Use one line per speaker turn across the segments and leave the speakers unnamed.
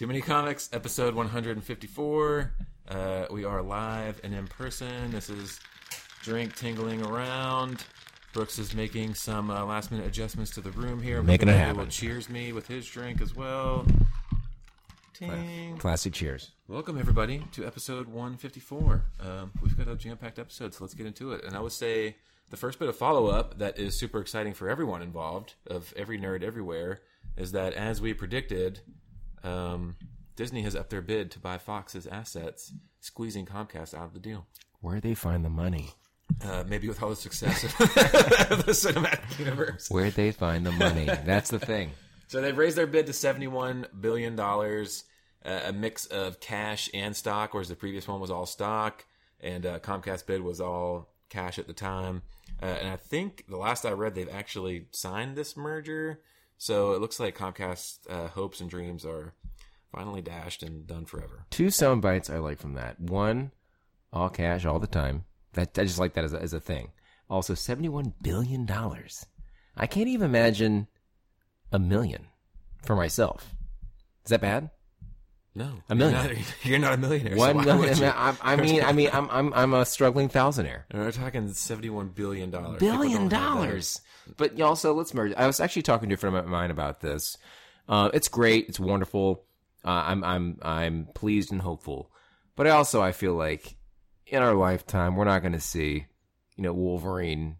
Mini Comics, episode 154. Uh, we are live and in person. This is drink tingling around. Brooks is making some uh, last minute adjustments to the room here.
Making it
Michael
happen.
Cheers me with his drink as well. Ting.
Classy cheers.
Welcome everybody to episode 154. Um, we've got a jam-packed episode, so let's get into it. And I would say the first bit of follow-up that is super exciting for everyone involved, of every nerd everywhere, is that as we predicted, um, Disney has upped their bid to buy Fox's assets, squeezing Comcast out of the deal.
Where they find the money?
Uh, maybe with all the success of the cinematic universe.
Where they find the money? That's the thing.
So they've raised their bid to seventy-one billion dollars, uh, a mix of cash and stock, whereas the previous one was all stock, and uh, Comcast bid was all cash at the time. Uh, and I think the last I read, they've actually signed this merger. So it looks like Comcast uh, hopes and dreams are finally dashed and done forever.
Two sound bites I like from that. One, all cash, all the time. That I just like that as a, as a thing. Also, seventy-one billion dollars. I can't even imagine a million for myself. Is that bad?
No,
A million.
You're not, you're not a millionaire. so
One
why
million.
would you?
I, I mean, I mean, I'm I'm I'm a struggling thousandaire.
And we're talking seventy-one billion dollars.
billion dollars. But you also let's merge. I was actually talking to a friend of mine about this. Uh, it's great. It's wonderful. Uh, I'm I'm I'm pleased and hopeful. But I also I feel like in our lifetime we're not going to see you know Wolverine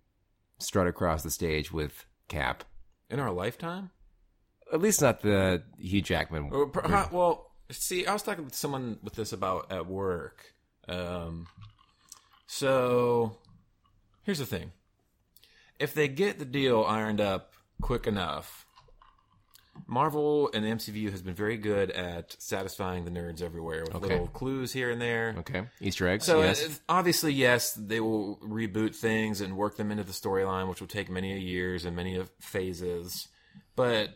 strut across the stage with Cap.
in our lifetime.
At least not the Hugh Jackman.
Well, per- how- well, see, I was talking with someone with this about at work. Um, so here's the thing: if they get the deal ironed up quick enough, Marvel and the MCU has been very good at satisfying the nerds everywhere with little clues here and there.
Okay, Easter eggs.
Oh. So
yes.
it- obviously, yes, they will reboot things and work them into the storyline, which will take many years and many of phases. But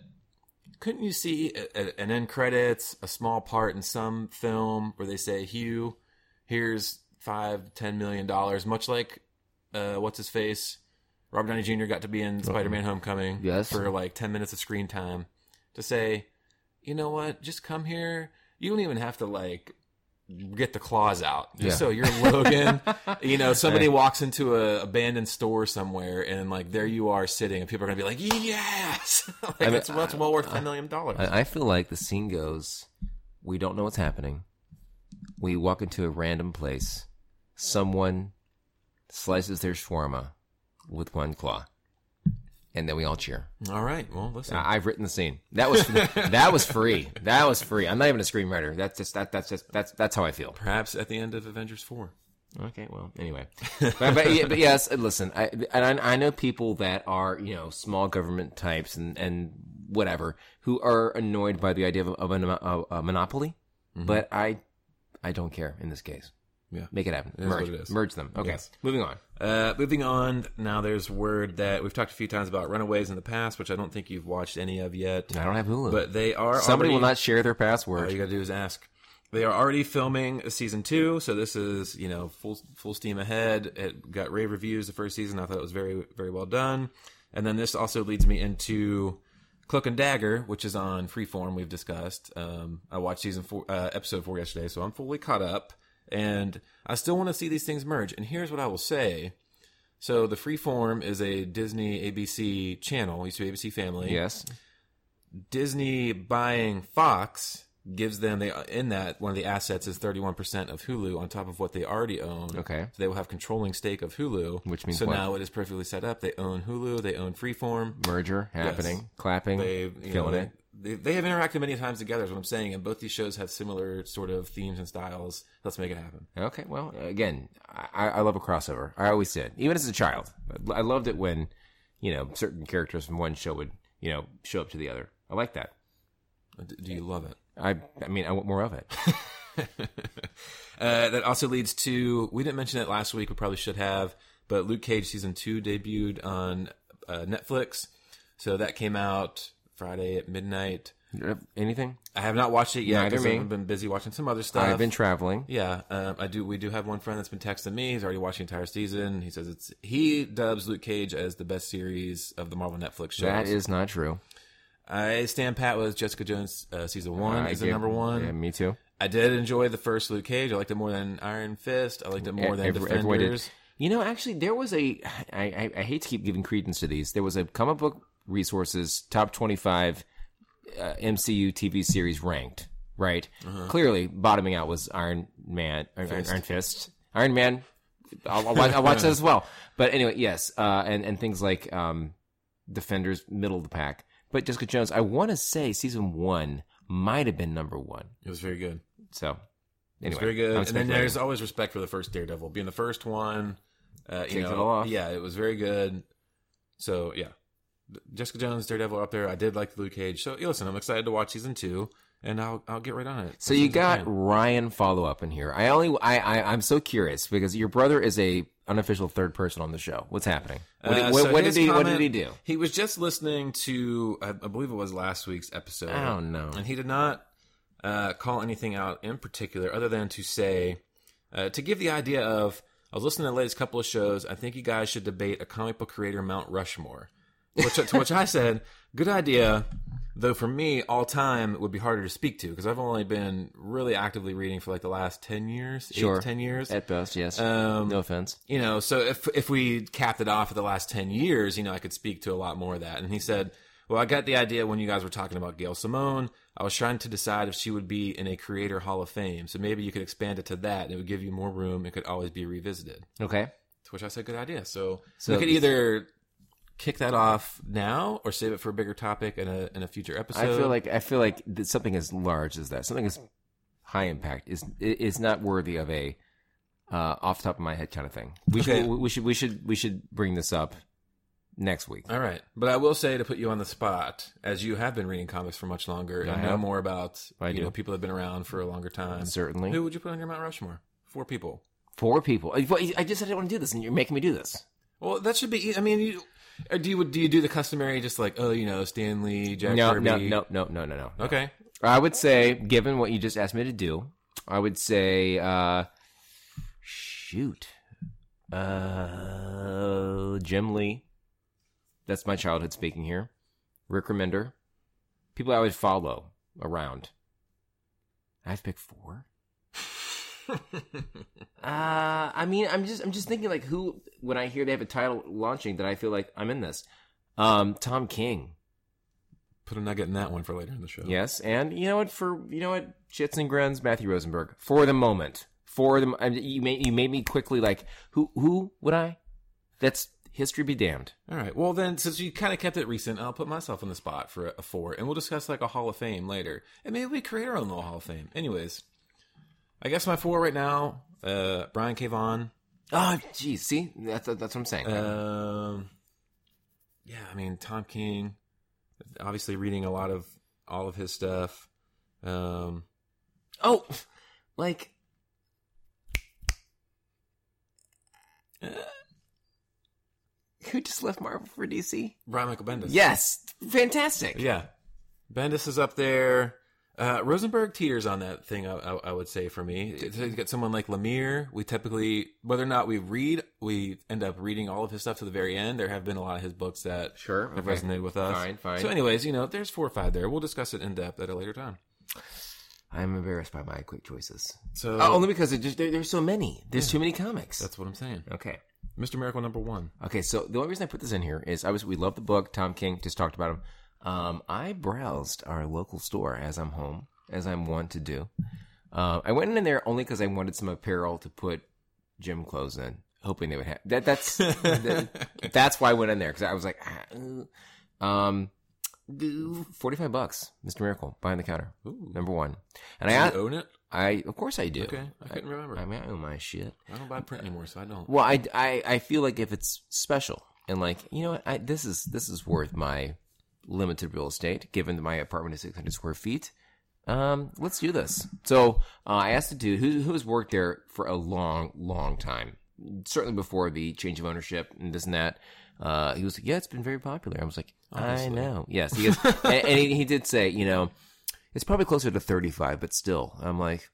couldn't you see a, a- an end credits, a small part in some film where they say, "Hugh, here's five, ten million dollars," much like uh, what's his face, Robert Downey Jr. got to be in Spider-Man: Homecoming
Uh-huh. Yes.
for like ten minutes of screen time to say, "You know what? Just come here. You don't even have to like." get the claws out. Just
Yeah.
so you're Logan. you know, somebody walks into a abandoned store somewhere and like there you are sitting and people are gonna be like, Yes Like
mean,
it's, that's well worth ten million dollars.
I, I feel like the scene goes, we don't know what's happening. We walk into a random place. Someone slices their shawarma with one claw, and then we all cheer.
All right. Well listen.
I, I've written the scene. That was that was free. That was free. I'm not even a screenwriter. That's just that. That's just that's that's how I feel.
Perhaps at the end of Avengers Four.
Okay, well, anyway, but, but, yeah, but yes, listen, I, and I, I know people that are you know small government types and and whatever who are annoyed by the idea of, of a, of a monopoly, but I I don't care in this case.
Mm-hmm. Yeah.
make it happen.
is
merge,
what it is.
merge them. Okay,
Yes.
moving on.
Uh, moving on, now there's word that we've talked a few times about Runaways in the past, which I don't think you've watched any of yet.
I don't have Hulu,
But they are
somebody
already-
will not share their
All
password.
you gotta do is ask. They are already filming season two, so this is you know full full steam ahead. It got rave reviews the first season. I thought it was very very well done, and then this also leads me into Cloak and Dagger, which is on Freeform. We've discussed. Um, I watched season four uh, episode four yesterday, so I'm fully caught up, and I still want to see these things merge. And here's what I will say. So the Freeform is a Disney ABC channel. It Used to be ABC Family.
yes,
Disney buying Fox gives them they in that one of the assets is 31% of Hulu on top of what they already own.
Okay.
So they will have controlling stake of Hulu,
Which means
So
what?
now it is perfectly set up. They own Hulu, they own Freeform.
merger happening, clapping,
They you know,
feeling
they,
it. eh?
They, they have interacted many times together is what I'm saying and both these shows have similar sort of themes and styles. Let's make it happen.
Okay, well, again, I, I love a crossover. I always did, even as a child. I loved it when, you know, certain characters from one show would, you know, show up to the other. I like that.
D- Do you love it?
I, I mean, I want more of it.
Uh, that also leads to we didn't mention it last week. We probably should have, but Luke Cage season two debuted on uh, Netflix, so that came out Friday at midnight.
Anything?
I have not watched it yet.
Neither
'cause
me.
I've been busy watching some other stuff.
I've been traveling.
Yeah, um, I do. We do have one friend that's been texting me. He's already watching the entire season. He says it's he dubs Luke Cage as the best series of the Marvel Netflix shows.
That is not true.
I stand pat with Jessica Jones uh, season one
I
is the
gave-
number one.
Yeah, me too.
I did enjoy the first Luke Cage. I liked it more than Iron Fist. I liked it more than
E-, Every- everyone did.
Defenders.
You know, actually, there was a. I, I, I hate to keep giving credence to these. There was a comic book resources top 25 uh, MCU TV series ranked, right?
Uh-huh.
Clearly, bottoming out was Iron Man, or, Iron, Iron Fist. Iron Man, I'll, I'll, watch, I'll watch that as well. But anyway, yes, uh, and, and things like um, Defenders, middle of the pack. But Jessica Jones, I want to say season one might have been number one.
It was very good.
So,
It
anyway.
was very good.
I'm
And then
speculating.
there's always respect for the first Daredevil being the first one. Uh, you
Kicked
know,
it all off.
yeah, it was very good. So yeah, Jessica Jones, Daredevil are up there. I did like the Luke Cage. So yeah, listen, I'm excited to watch season two, and I'll I'll get right on it.
So
as
you
soon as I
got
can.
Ryan follow up in here. I only I, I I'm so curious because your brother is a unofficial third person on the show. What's happening? What, did-
Uh,
what,
so
what did
his
he What
comment-
did he do?
He was just listening to I, I believe it was last week's episode.
I don't know.
and he did not uh, call anything out in particular other than to say uh, to give the idea of i was listening to the latest couple of shows i think you guys should debate a comic book creator mount rushmore which, to which i said good idea though for me all time it would be harder to speak to because i've only been really actively reading for like the last 10 years eight
Sure.
to 10 years
At best, yes.
um,
no offense.
you know, so if if we capped it off at the last ten years, you know, I could speak to a lot more of that. And he said, "Well, I got the idea when you guys were talking about Gail Simone. I was trying to decide if she would be in a Creator Hall of Fame. So maybe you could expand it to that, and it would give you more room. It could always be revisited."
Okay.
To which I said, "Good idea." So,
So-
we could either kick that off now or save it for a bigger topic in a in a future episode.
I feel like I feel like that something as large as that, something as high impact, is is not worthy of a uh, off the top of my head kind of thing. We
Okay.
should we should we should we should bring this up next week.
All right, but I will say to put you on the spot, as you have been reading comics for much longer and know
have.
more about
I
you
do.
know people that have been around for a longer time.
Certainly.
Uh, Who would you put on your Mount Rushmore? Four people.
Four people. I I just said I didn't want to do this, and you're making me do this.
Well, that should be. e, I mean, you, or do you do you do the customary just like oh you know Stan Lee, Jack
No,
Kirby?
no, no, no, no, no, no.
Okay,
I would say, given what you just asked me to do, I would say, uh, shoot, uh, Jim Lee. That's my childhood speaking here. Rick Remender, people I would follow around. I have to pick four. uh, I mean, I'm just, I'm just thinking like who when I hear they have a title launching that I feel like I'm in this. Um, Tom King.
put a nugget in that one for later in the show.
Yes, and you know what? For you know what, shits and grins, Matthew Rosenberg. For the moment, for the I mean, you made you made me quickly like who who would I? That's history be damned.
All right. Well, then since you kind of kept it recent, I'll put myself on the spot for a, a four, and we'll discuss like a Hall of Fame later, and maybe we create our own little Hall of Fame. Anyways, I guess my four right now: uh, Brian K. Vaughan.
Oh, geez, see that's that's what I'm saying.
Um, yeah, I mean Tom King, obviously reading a lot of all of his stuff. Um,
oh, like uh, who just left Marvel for DC?
Brian Michael Bendis.
Yes, fantastic.
yeah. Bendis is up there. Uh, Rosenberg teeters on that thing. I, I, I would say for me, to get someone like Lemire, we typically, whether or not we read, we end up reading all of his stuff to the very end. There have been a lot of his books that
Sure,
have
okay.
resonated with us.
Fine, fine.
So, anyways, you know, there's four or five there. We'll discuss it in depth at a later time.
I'm embarrassed by my quick choices.
So
Oh, only because it just, there, there's so many. There's too many comics.
that's what I'm saying.
okay.
Mr. Miracle number one.
Okay, so the only reason I put this in here is I was we love the book. Tom King just talked about him. Um, I browsed our local store as I'm home, as I'm wont to do. Uh, I went in there only because I wanted some apparel to put gym clothes in, hoping they would have that. That's that- that's why I went in there because I was like, ah, uh, um, forty five bucks, Mister Miracle, behind the counter,
Ooh.
number one. And
Do
I,
you
asked,
own it?
I of course I do.
Okay, I couldn't remember.
I mean, I own my shit.
I don't buy print anymore, so I don't.
Well, I, I, I feel like if it's special and like you know what I this is this is worth my limited real estate given that my apartment is 600 square feet. Um, let's do this. So uh, I asked a dude who who has worked there for a long long time, certainly before the change of ownership and this and that. Uh, he was like, yeah, it's been very popular. I was like, I know. Yes, he is. and and he, he did say, you know, it's probably closer to 35, but still, I'm like,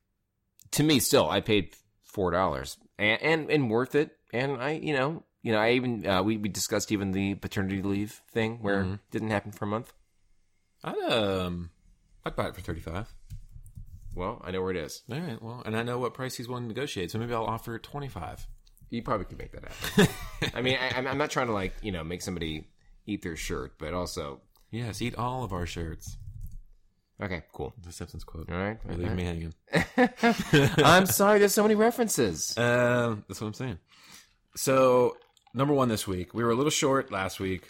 to me still i paid four dollars and, and and worth it and i you know you know i even uh, we, we discussed even the paternity leave thing where it didn't happen for a month
I'd um, I'd buy it for thirty five.
Well, I know where it is.
All right, well, and I know what price he's willing to negotiate, so maybe I'll offer twenty five.
You probably could make that happen. I mean, I, I'm- I'm not trying to like you know make somebody eat their shirt, but also
Yes, eat all of our shirts.
okay, cool.
The Simpsons quote.
All right,
Leave me hanging.
I'm sorry. There's so many references.
Um, that's what I'm saying. So number one this week, we were a little short last week.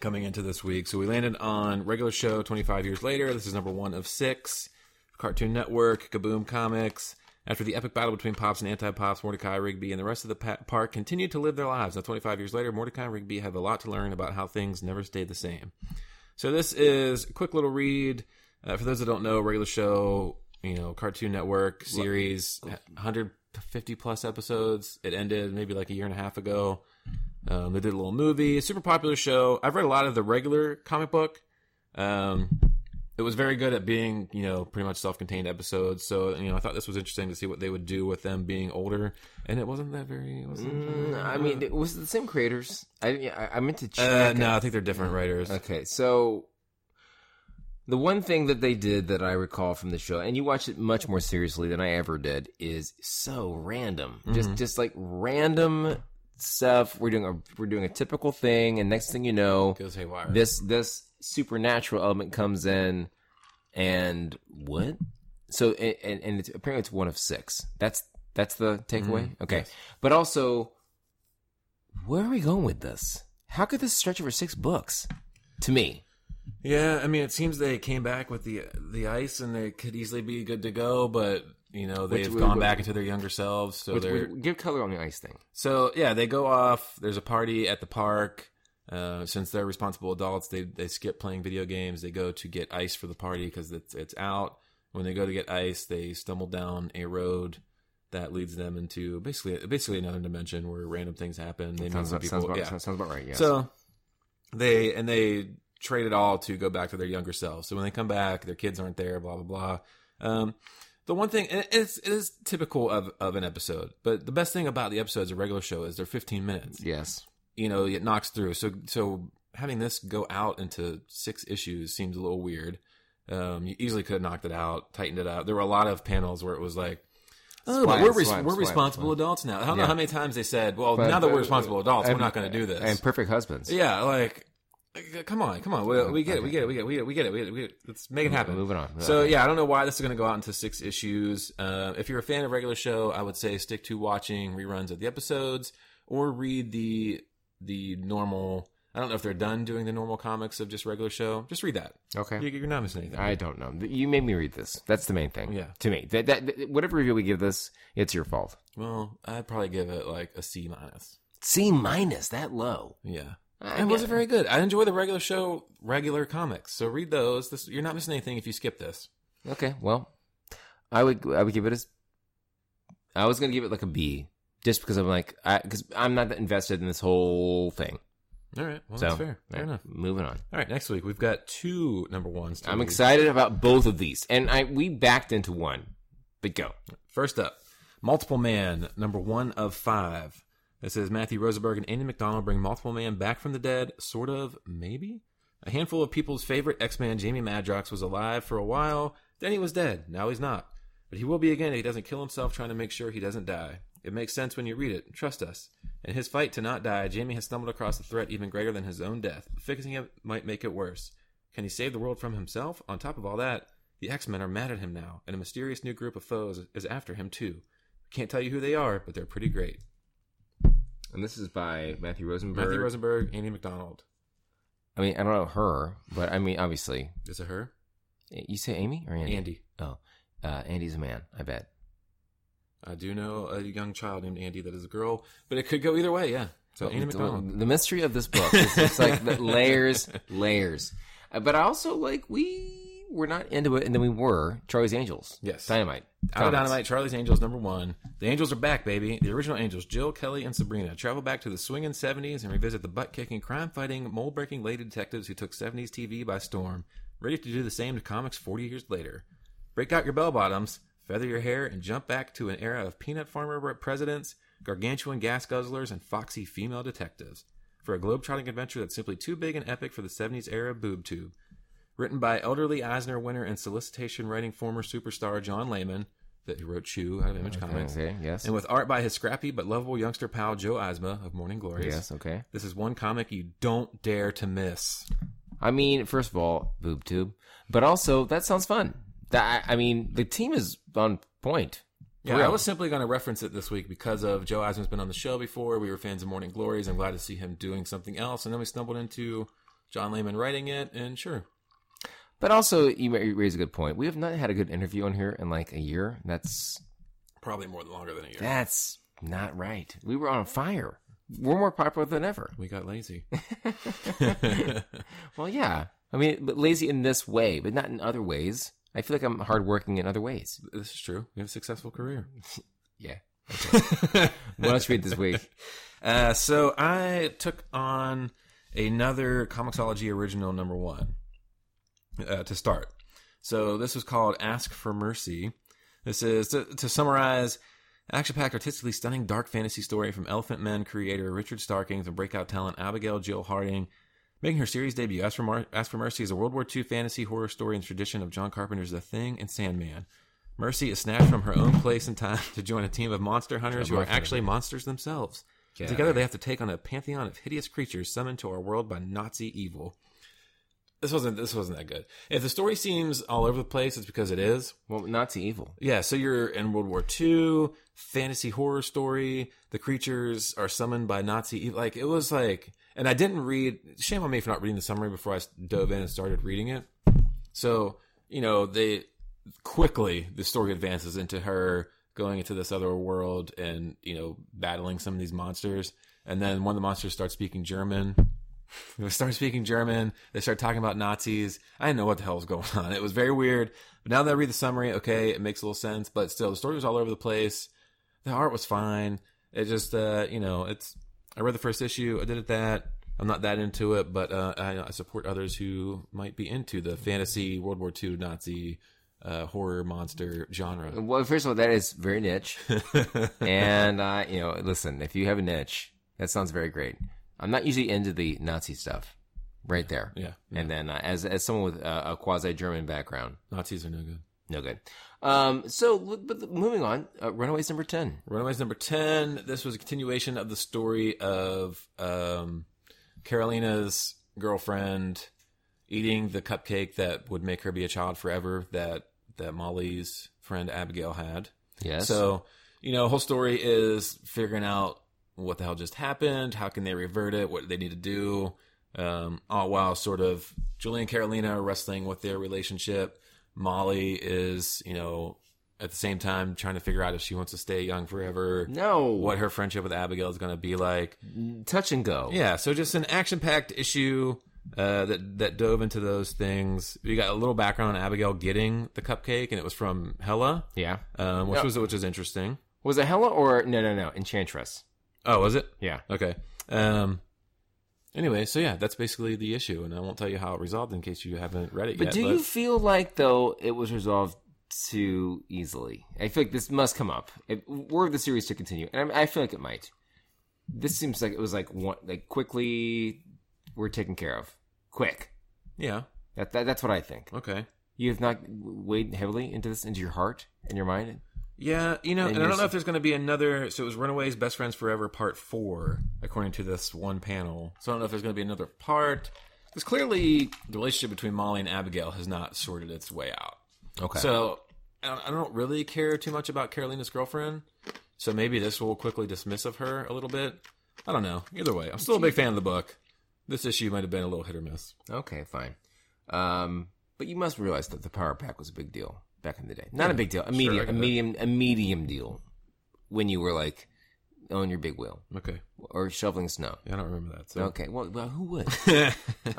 Coming into this week, so we landed on regular show 25 years later. This is number one of six. Cartoon Network, Kaboom Comics. After the epic battle between Pops and Anti-Pops, Mordecai, Rigby, and the rest of the pa- park continued to live their lives. Now, 25 years later, Mordecai and Rigby have a lot to learn about how things never stay the same. So this is a quick little read. Uh, for those that don't know, regular show, you know, Cartoon Network series, 150 plus episodes. It ended maybe like a year and a half ago. Um, they did a little movie, super popular show. I've read a lot of the regular comic book. Um, it was very good at being, you know, pretty much self-contained episodes. So, you know, I thought this was interesting to see what they would do with them being older. And it wasn't that very. It wasn't,
Mm. I mean, it was it the same creators? I I, I meant to
uh,
check.
no, I think they're different writers.
Okay, so the one thing that they did that I recall from the show, and you watched it much more seriously than I ever did, is so random.
Mm-hmm.
Just just like random stuff. We're doing a we're doing a typical thing, and next thing you know,
Goes haywire.
this this supernatural element comes in, and what? So a- and and it's, apparently it's one of six. That's that's the takeaway.
Mm-hmm.
Okay, but also, where are we going with this? How could this stretch over six books? To me,
Yeah, I mean, it seems they came back with the the ice, and they could easily be good to go. But you know, they've
we-
gone
we-
back into their younger selves, so
Which-
they're
which- give color on the ice thing.
so yeah. They go off. There's a party at the park. Uh, since they're responsible adults, they they skip playing video games. They go to get ice for the party because it's it's out. When they go to get ice, they stumble down a road that leads them into basically basically another dimension where random things happen. They meet
Sounds,
some
about-
people.
sounds, about,
yeah.
sounds about right. Yes.
So they and they trade it all to go back to their younger selves. So when they come back, their kids aren't there. Blah blah blah. Um, the one thing and it's it is typical of of an episode, but the best thing about the episodes of regular show is they're 15 minutes.
yes,
You know, it knocks through. So so having this go out into six issues seems a little weird. Um, you easily could have knocked it out, tightened it out. There were a lot of panels where it was like. Oh, but
Swipe,
we're res-
swipe,
we're
swipe,
responsible
swipe.
adults now. I don't know
Yeah.
how many times they said, "Well,
But-
now that
but-
we're responsible adults, we're
and-
not going to do this."
and perfect husbands.
Yeah, like, uh, come on, come on. We,
Oh,
we get it, we get it, we get it, we get it, we get it, we get it, we get it. Let's make it happen.
Moving on.
So yeah, I don't know why this is going to go out into six issues. Uh, if you're a fan of regular show, I would say stick to watching reruns of the episodes or read the the normal. I don't know if they're done doing the normal comics of just regular show. Just read that.
Okay.
You, you're not missing anything.
I don't know. You made me read this. That's the main thing.
Yeah.
To me, that, that, that- whatever review we give this, it's your fault.
well, I'd probably give it like a C minus.
C minus that low.
Yeah.
I
it
get
wasn't very good. I enjoy the regular show, regular comics. So read those. This, you're not missing anything if you skip this.
Okay. Well, I would I would give it a. s- I was gonna give it like a B, just because I'm like I because I'm not that invested in this whole thing.
All right. Well,
So
that's fair. Fair
yeah,
enough.
Moving on.
All right, next week we've got two number ones. to
I'm
read.
excited about both of these, and I we backed into one, but go.
First up, Multiple Man, number one of five. This is Matthew Rosenberg and Andy McDonald bring Multiple Man back from the dead, sort of, maybe? A handful of people's favorite X Man, Jamie Madrox, was alive for a while, then he was dead, now he's not. But he will be again if he doesn't kill himself trying to make sure he doesn't die. It makes sense when you read it, trust us. In his fight to not die, Jamie has stumbled across a threat even greater than his own death. Fixing it might make it worse. Can he save the world from himself? On top of all that, the X Men are mad at him now, and a mysterious new group of foes is after him too. Can't tell you who they are, but they're pretty great.
And this is by Matthew Rosenberg.
Matthew Rosenberg, Andy McDonald.
I mean, I don't know her, but I mean, obviously,
Is it her?
you say Amy or Andy?
Andy.
Oh, uh, Andy's a man. I bet.
I do know a young child named Andy that is a girl, but it could go either way, yeah. So Andy
the,
McDonald.
the mystery of this book is it's like the layers, layers. Uh, But I also like we were not into it, and then we were Charlie's Angels.
Yes.
Dynamite.
Out of
Comments.
Dynamite, Charlie's Angels, number one. The Angels are back, baby. The original Angels, Jill, Kelly, and Sabrina, travel back to the swinging 70s and revisit the butt kicking, crime fighting, mold breaking lady detectives who took 70s TV by storm, ready to do the same to comics 40 years later. Break out your bell bottoms, feather your hair, and jump back to an era of peanut farmer re- presidents, gargantuan gas guzzlers, and foxy female detectives. For a globetrotting adventure that's simply too big and epic for the 70s era boob tube. written by elderly Eisner winner and solicitation writing former superstar John Layman, that who wrote Chew out of Image Comics,
Uh, Okay. Yes.
and with art by his scrappy but lovable youngster pal Joe Asma of Morning Glories.
Yes. Okay.
This is one comic you don't dare to miss.
I mean, first of all, boob tube, but also that sounds fun. That I I mean, the team is on point. For
Yeah, I
real.
was simply going to reference it this week because of Joe Eisenman's been on the show before. We were fans of Morning Glories. I'm glad to see him doing something else. And then we stumbled into John Lehman writing it, and sure.
But also, you ma- you raise a good point. We have not had a good interview on here in like a year. That's
Probably more longer than a year.
that's not right. We were on fire. We're more popular than ever.
We got lazy.
Well, yeah. I mean, but lazy in this way, but not in other ways. I feel like I'm hardworking in other ways.
this is true. We have a successful career.
Yeah. What else you read this week?
Uh, so I took on another Comixology original number one uh, to start. So this was called Ask for Mercy. This is, to, to summarize, action packed, artistically stunning dark fantasy story from Elephant Men creator Richard Starkings and breakout talent Abigail Jill Harding. Making her series debut, Ask for, Mar- Ask for Mercy is a World War II fantasy horror story in the tradition of John Carpenter's The Thing and Sandman. Mercy is snatched from her own place and time to join a team of monster hunters who are actually monsters themselves.
Get
Together, they have to take on a pantheon of hideous creatures summoned to our world by Nazi evil. This wasn't. This wasn't that good. If the story seems all over the place, it's because it is.
Well, not to evil.
Yeah. So you're in World War II, fantasy horror story. The creatures are summoned by Nazi evil. Like it was like, and I didn't read. Shame on me for not reading the summary before I s- dove in and started reading it. So you know they quickly the story advances into her going into this other world and you know battling some of these monsters and then one of the monsters starts speaking german they start speaking german they start talking about nazis i didn't know what the hell was going on it was very weird but now that i read the summary okay it makes a little sense but still the story was all over the place the art was fine it just uh you know it's i read the first issue i did it that i'm not that into it but uh i, I support others who might be into the fantasy world war ii nazi uh, horror monster genre
Well, first of all, that is very niche. and uh, you know, listen, if you have a niche, that sounds very great. I'm not usually into the Nazi stuff, right there.
Yeah.
And then uh, as as someone with uh, a quasi German background,
Nazis are no good.
no good. Um, so, but but moving on, uh, Runaways number ten.
Runaways number 10. This was a continuation of the story of um, Carolina's girlfriend eating the cupcake that would make her be a child forever that, that Molly's friend Abigail had.
Yes.
So, you know, whole story is figuring out what the hell just happened, how can they revert it, what do they need to do. Um, all while sort of Julie and Carolina are wrestling with their relationship. Molly is, you know, at the same time trying to figure out if she wants to stay young forever,
no.
what her friendship with Abigail is going to be like.
Touch and go.
Yeah, so just an action-packed issue uh, that that dove into those things. We got a little background on Abigail getting the cupcake, and it was from Hella,
Yeah.
um, which
Yeah.
was which was interesting.
Was it Hella or no no no Enchantress?
Oh, was it?
Yeah.
Okay. Um. Anyway, so yeah, that's basically the issue, and I won't tell you how it resolved in case you haven't read it
But
yet.
do you feel like though it was resolved too easily? I feel like this must come up. It, were the series to continue, and I, I feel like it might. This seems like it was like one like quickly we're taken care of. Quick.
Yeah.
That, that that's what I think.
Okay.
You have not weighed heavily into this into your heart and your mind.
Yeah, you know,
And
and, I
you're
don't know
s-
if there's going to be another. So it was Runaways, Best Friends Forever, Part Four, according to this one panel. So I don't know if there's going to be another part. Because clearly, the relationship between Molly and Abigail has not sorted its way out.
Okay.
So I don't, I don't really care too much about Carolina's girlfriend. So maybe this will quickly dismiss of her a little bit. I don't know. Either way, I'm still a big fan of the book. This issue might have been a little hit or miss.
Okay, fine. Um, but you must realize that the power pack was a big deal back in the day. Not a big deal, a medium,
I
a
get that.
medium, a medium deal. When you were like on your big wheel
Okay,
or shoveling snow.
yeah, I don't remember that. So
Okay, well, well who would?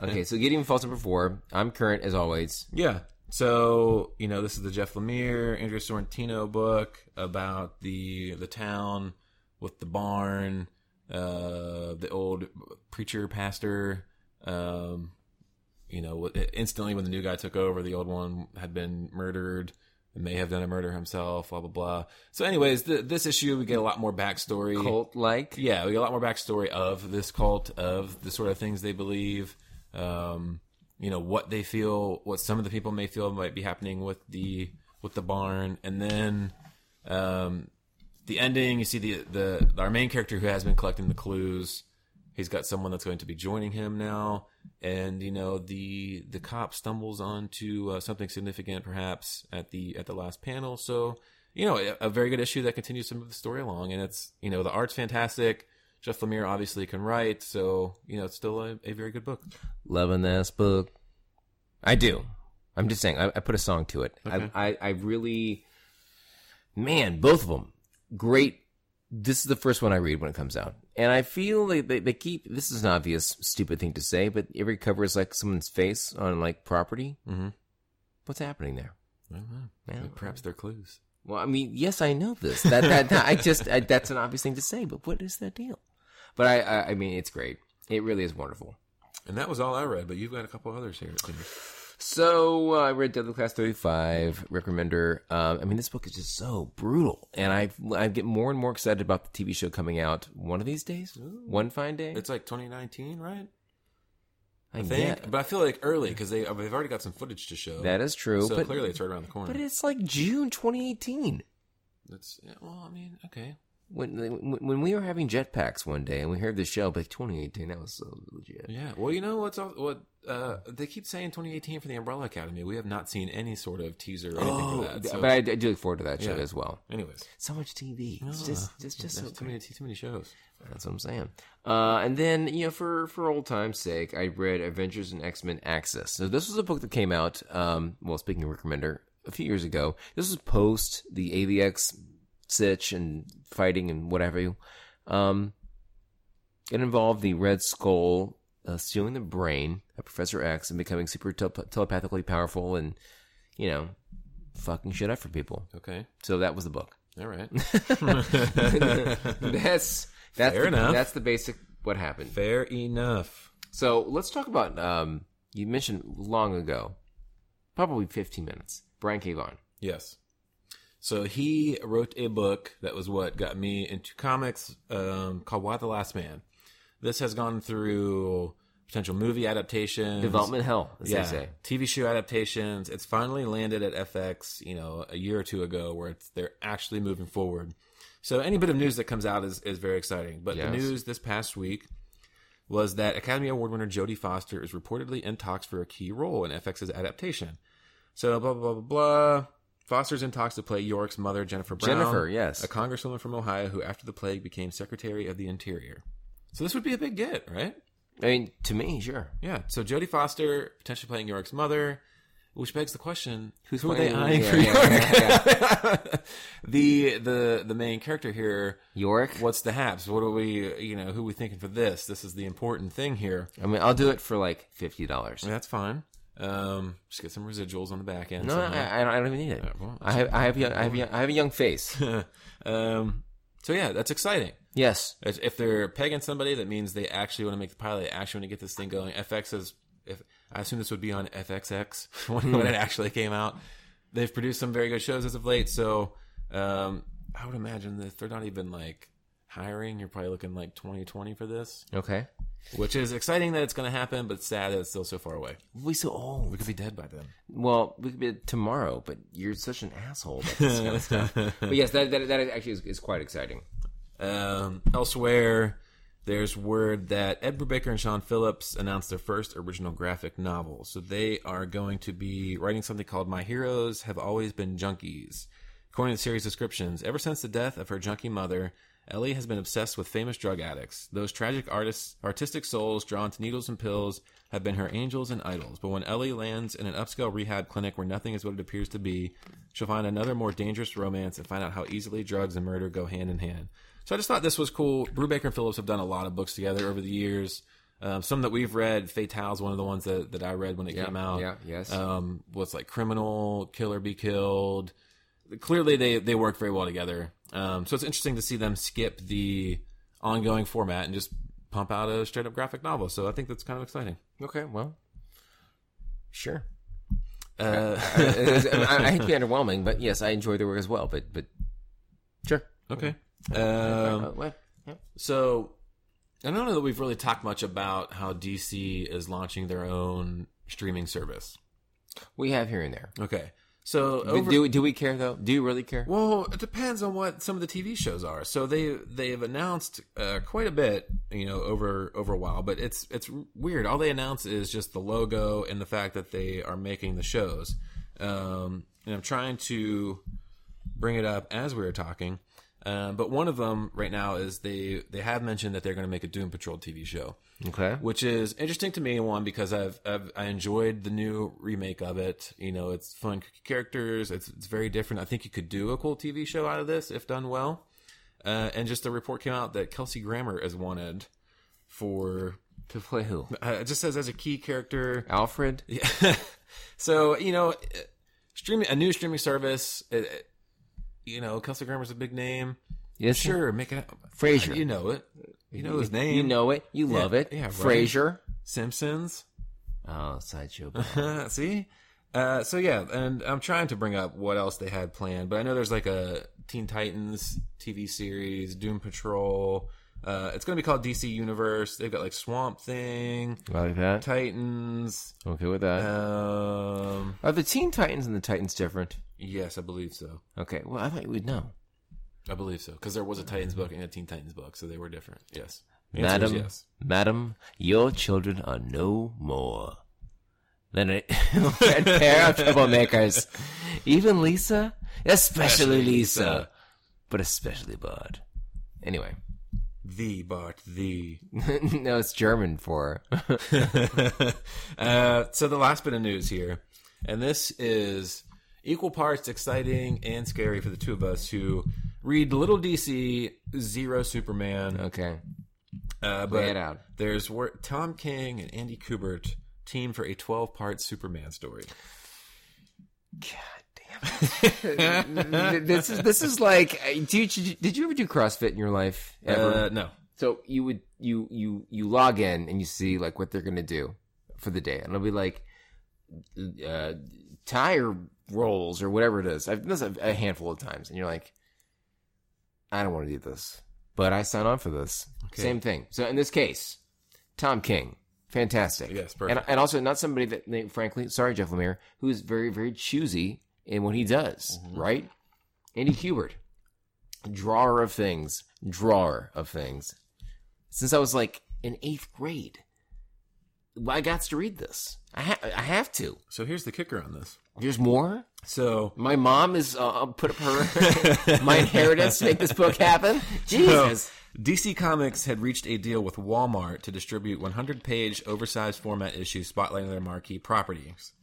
okay, so Gideon Falls number four. I'm current as always.
Yeah. So you know, this is the Jeff Lemire, Andrea Sorrentino book about the the town with the barn, uh, the old preacher pastor. Um, you know, instantly when the new guy took over, the old one had been murdered. and May have done a murder himself. Blah blah blah. So, anyways, th- this issue we get a lot more backstory.
Cult like.
Yeah, we get a lot more backstory of this cult, of the sort of things they believe. Um, you know what they feel, what some of the people may feel might be happening with the with the barn, and then um, the ending. You see the the our main character who has been collecting the clues. He's got someone that's going to be joining him now, and you know the the cop stumbles onto uh, something significant, perhaps at the at the last panel. So you know a, a very good issue that continues some of the story along, and it's you know the art's fantastic. Jeff Lemire obviously can write, so you know it's still a, a very good book.
Loving this book. I do. I'm just saying. I, I put a song to it. I, I I really, man, both of them great. This is the first one I read when it comes out, and I feel like they, they keep. This is an obvious, stupid thing to say, but every cover is like someone's face on like property.
Mhm.
What's happening there?
I don't know.
Mm-hmm. Yeah.
Perhaps they're clues.
Well, I mean, yes, I know this. That that, that I just I, that's an obvious thing to say, but what is the deal? But I, I I mean, it's great. It really is wonderful.
And that was all I read, but you've got a couple others here. it seems.
So uh, I read Deadly Class 35, Recommender. Um, I mean, this book is just so brutal, and I I get more and more excited about the TV show coming out one of these days, one fine day.
It's like 2019, right?
I
I think,
get-
but I feel like early because they they've already got some footage to show.
that is true,
so
but
clearly it's right around the corner.
but it's like June 2018
That's yeah, well, I mean, okay,
when when when we were having jetpacks one day, and we heard the show like 2018. That was so legit.
yeah. Well, you know what's all, what uh, they keep saying 2018 for the Umbrella Academy. We have not seen any sort of teaser or anything for that. So.
Oh, but I, I do look forward to that show
Yeah.
as well.
anyways,
So much TV. It's just, it's just so
there's too many too many shows.
That's what I'm saying. Uh, and then you know, for for old times' sake, I read Adventures in X Men Axis. So this was a book that came out. Um, well, speaking of recommender, a few years ago. This was post the AVX sitch and fighting and whatever. you- Um, it involved the Red Skull uh, stealing the brain of Professor X and becoming super tele- telepathically powerful and you know fucking shit up for people.
Okay,
So that was the book.
all right,
that's that's
Fair
the,
enough.
That's the basic what happened.
fair enough.
So let's talk about um, you mentioned long ago, probably 15 minutes. Brian K. Vaughan.
Yes. So he wrote a book that was what got me into comics um, called Why the Last Man. This has gone through potential movie adaptations,
Development hell, as they say.
TV show adaptations. It's finally landed at FX, you know, a year or two ago, where it's, they're actually moving forward. So any bit of news that comes out is, is very exciting. But
Yes.
the news this past week was that Academy Award winner Jodie Foster is reportedly in talks for a key role in FX's adaptation. So blah blah blah blah. blah. Foster's in talks to play York's mother, Jennifer Brown.
Jennifer, yes.
a congresswoman from Ohio who, after the plague, became Secretary of the Interior. So this would be a big get, right?
I mean, to me, sure.
Yeah. So Jodie Foster potentially playing York's mother, which begs the question:
Who's
who are they
playing-
eyeing
yeah,
for
yeah,
York? the the the main character here.
York.
What's the haps? What are we? You know, who we thinking for this? This is the important thing here.
I mean, I'll do it for like fifty dollars.
And that's fine. Um, just get some residuals on the back end.
No,
somehow.
I, I, don't, I don't even need it.
well,
I have, I have, young, I have, young, I have a young face.
um, so yeah, that's exciting.
yes,
If if they're pegging somebody, that means they actually want to make the pilot. They actually want to get this thing going. FX is. If I assume this would be on FXX when, when it
Hmm.
actually came out. They've produced some very good shows as of late, so um, I would imagine that if they're not even like hiring, you're probably looking like 2020 for this,
okay.
which is exciting that it's going to happen, but sad that it's still so far away.
We'll be so old.
We could be dead by then.
Well, we could be tomorrow, but you're such an asshole about this kind of stuff. But yes, that that, that actually is, is quite exciting.
Um, elsewhere, there's word that Ed Brubaker and Sean Phillips announced their first original graphic novel. So they are going to be writing something called My Heroes Have Always Been Junkies. According to the series descriptions, ever since the death of her junkie mother, Ellie has been obsessed with famous drug addicts. Those tragic artists, artistic souls drawn to needles and pills have been her angels and idols. But when Ellie lands in an upscale rehab clinic where nothing is what it appears to be, she'll find another more dangerous romance and find out how easily drugs and murder go hand in hand. So I just thought this was cool. Brubaker and Phillips have done a lot of books together over the years. Um, some that we've read, Fatale is one of the ones that, that I read when it came out.
yeah, yes.
Um, what's like Criminal, Killer Be Killed. Clearly, they, they work very well together. Um, so it's interesting to see them skip the ongoing format and just pump out a straight up graphic novel. So I think that's kind of exciting.
Okay, well, sure.
Uh,
I, I hate to be underwhelming, but yes, I enjoy the work as well. But but sure.
okay.
Uh,
Um,
what? Yeah.
so I don't know that we've really talked much about how DC is launching their own streaming service.
We have here and there.
Okay. So
But
over,
do do we care though? Do you really care?
well, it depends on what some of the TV shows are. So they they've announced uh, quite a bit, you know, over over a while. But it's it's weird. All they announce is just the logo and the fact that they are making the shows. Um, and I'm trying to bring it up as we were talking. Um, but one of them right now is they they have mentioned that they're going to make a Doom Patrol TV show
Okay.
which is interesting to me. One because I've, I've I enjoyed the new remake of it. You know, it's fun c- characters. It's it's very different. I think you could do a cool TV show out of this if done well. Uh, and just a report came out that Kelsey Grammer is wanted for.
To play who?
Uh, it just says as a key character.
Alfred.
Yeah. so you know, streaming a new streaming service. It, it- you know, Kelsey Grammer's a big name.
Yes.
Sure, make it
Frasier.
You know it. You know his name.
You know it. You love it.
yeah, right.
Frasier.
Simpsons.
Oh, sideshow. Bob.
See? Uh, so yeah, and I'm trying to bring up what else they had planned, but I know there's like a Teen Titans TV series, Doom Patrol. Uh, it's going to be called DC Universe. They've got like Swamp Thing,
I like that.
Titans.
Okay with that.
Um,
Uh, Are the Teen Titans and the Titans different?
yes, I believe so.
Okay. Well, I thought you would know.
I believe so because there was a Titans book and a Teen Titans book, so they were different. Yes, The answer is
Madam,
yes.
madam, your children are no more than a red pair of troublemakers. Even Lisa, especially Lisa,
Lisa.
but especially Bud. Anyway,
The Bart the.
no, it's German for
uh, so the last bit of news here, and this is equal parts exciting and scary for the two of us who read Little DC, Zero Superman.
okay.
Uh,
Lay
but
it out.
there's wor- Tom King and Andy Kubert team for a 12-part Superman story.
this is this is like. uh, Did you, did you ever do CrossFit in your life? Ever?
Uh, no,
So you would you you you log in and you see like what they're gonna do for the day, and it'll be like uh, tire rolls or whatever it is. I've done this a a handful of times, and you're like, I don't want to do this, but I sign on for this. Same thing. So in this case, Tom King, fantastic.
Yes, perfect.
and, and also not somebody that, frankly, sorry Jeff Lemire, who is very very choosy in what he does.
Mm-hmm.
Right, Andy Kubert drawer of things, drawer of things. Since I was like in eighth grade, I got to read this. I ha- I have to.
so here's the kicker on this.
There's more.
So
My mom is uh, I'll put up her my inheritance to make this book happen. Jesus.
So, DC Comics had reached a deal with Walmart to distribute 100 page oversized format issues spotlighting their marquee properties.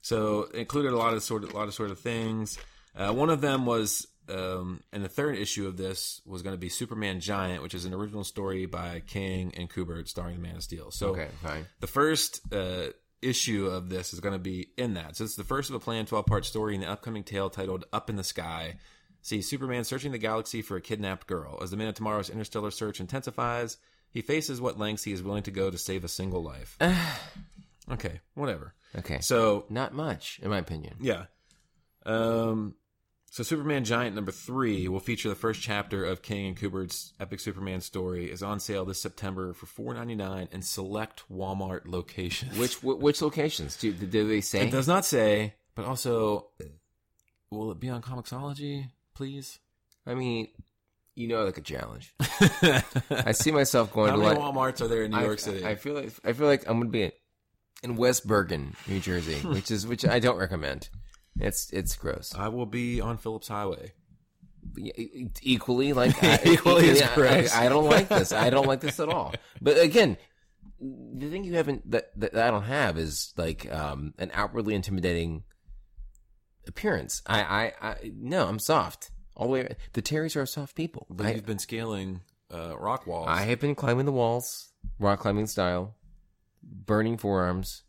So it included a lot of sort of, a lot of sort of things. Uh, one of them was, um, and the third issue of this was going to be Superman Giant, which is an original story by King and Kubert starring the Man of Steel. So
Okay, fine.
the first uh, issue of this is going to be in that. So it's the first of a planned 12 part story in the upcoming tale titled Up in the Sky. See Superman searching the galaxy for a kidnapped girl. As the Man of Tomorrow's interstellar search intensifies, he faces what lengths he is willing to go to save a single life. okay, whatever.
Okay. So
So,
not much, in my opinion.
yeah. Um, so Superman Giant number three will feature the first chapter of King and Kubert's epic Superman story. is on sale this September for four ninety nine in select Walmart locations.
Which wh- which locations do do they say?
It does not say, but also, will it be on Comixology, please?
I mean, you know, like a challenge. I see myself going
How
to
many
like
WalMarts are there in New
I-
York City?
I, feel like I feel like I'm gonna be in West Bergen, New Jersey, which is which I don't recommend. It's it's gross.
I will be on Phillips Highway.
E- e- Equally, like I,
Equally as
I-
gross.
I, I don't like this. I don't like this at all. But again, the thing you haven't that, that I don't have is like um, an outwardly intimidating appearance. I, I I no, I'm soft all the way. The Terrys are soft people.
But
I,
you've been scaling uh, rock walls.
I have been climbing the walls, rock climbing style, burning forearms,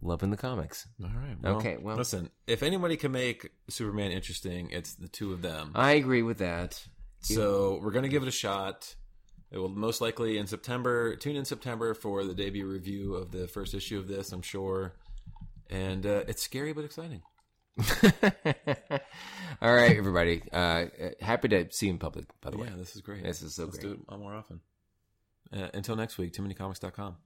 loving the comics.
All right. Well,
Okay, well-
listen. If anybody can make Superman interesting, it's the two of them.
I agree with that.
so we're gonna give it a shot. It will most likely in September. Tune in September for the debut review of the first issue of this. I'm sure, and uh, it's scary but exciting.
All right, everybody. Uh, happy to see you in public, by the way.
Yeah, this is great.
This is so
Let's
great.
do it more often. Uh, until next week, too many comics.com.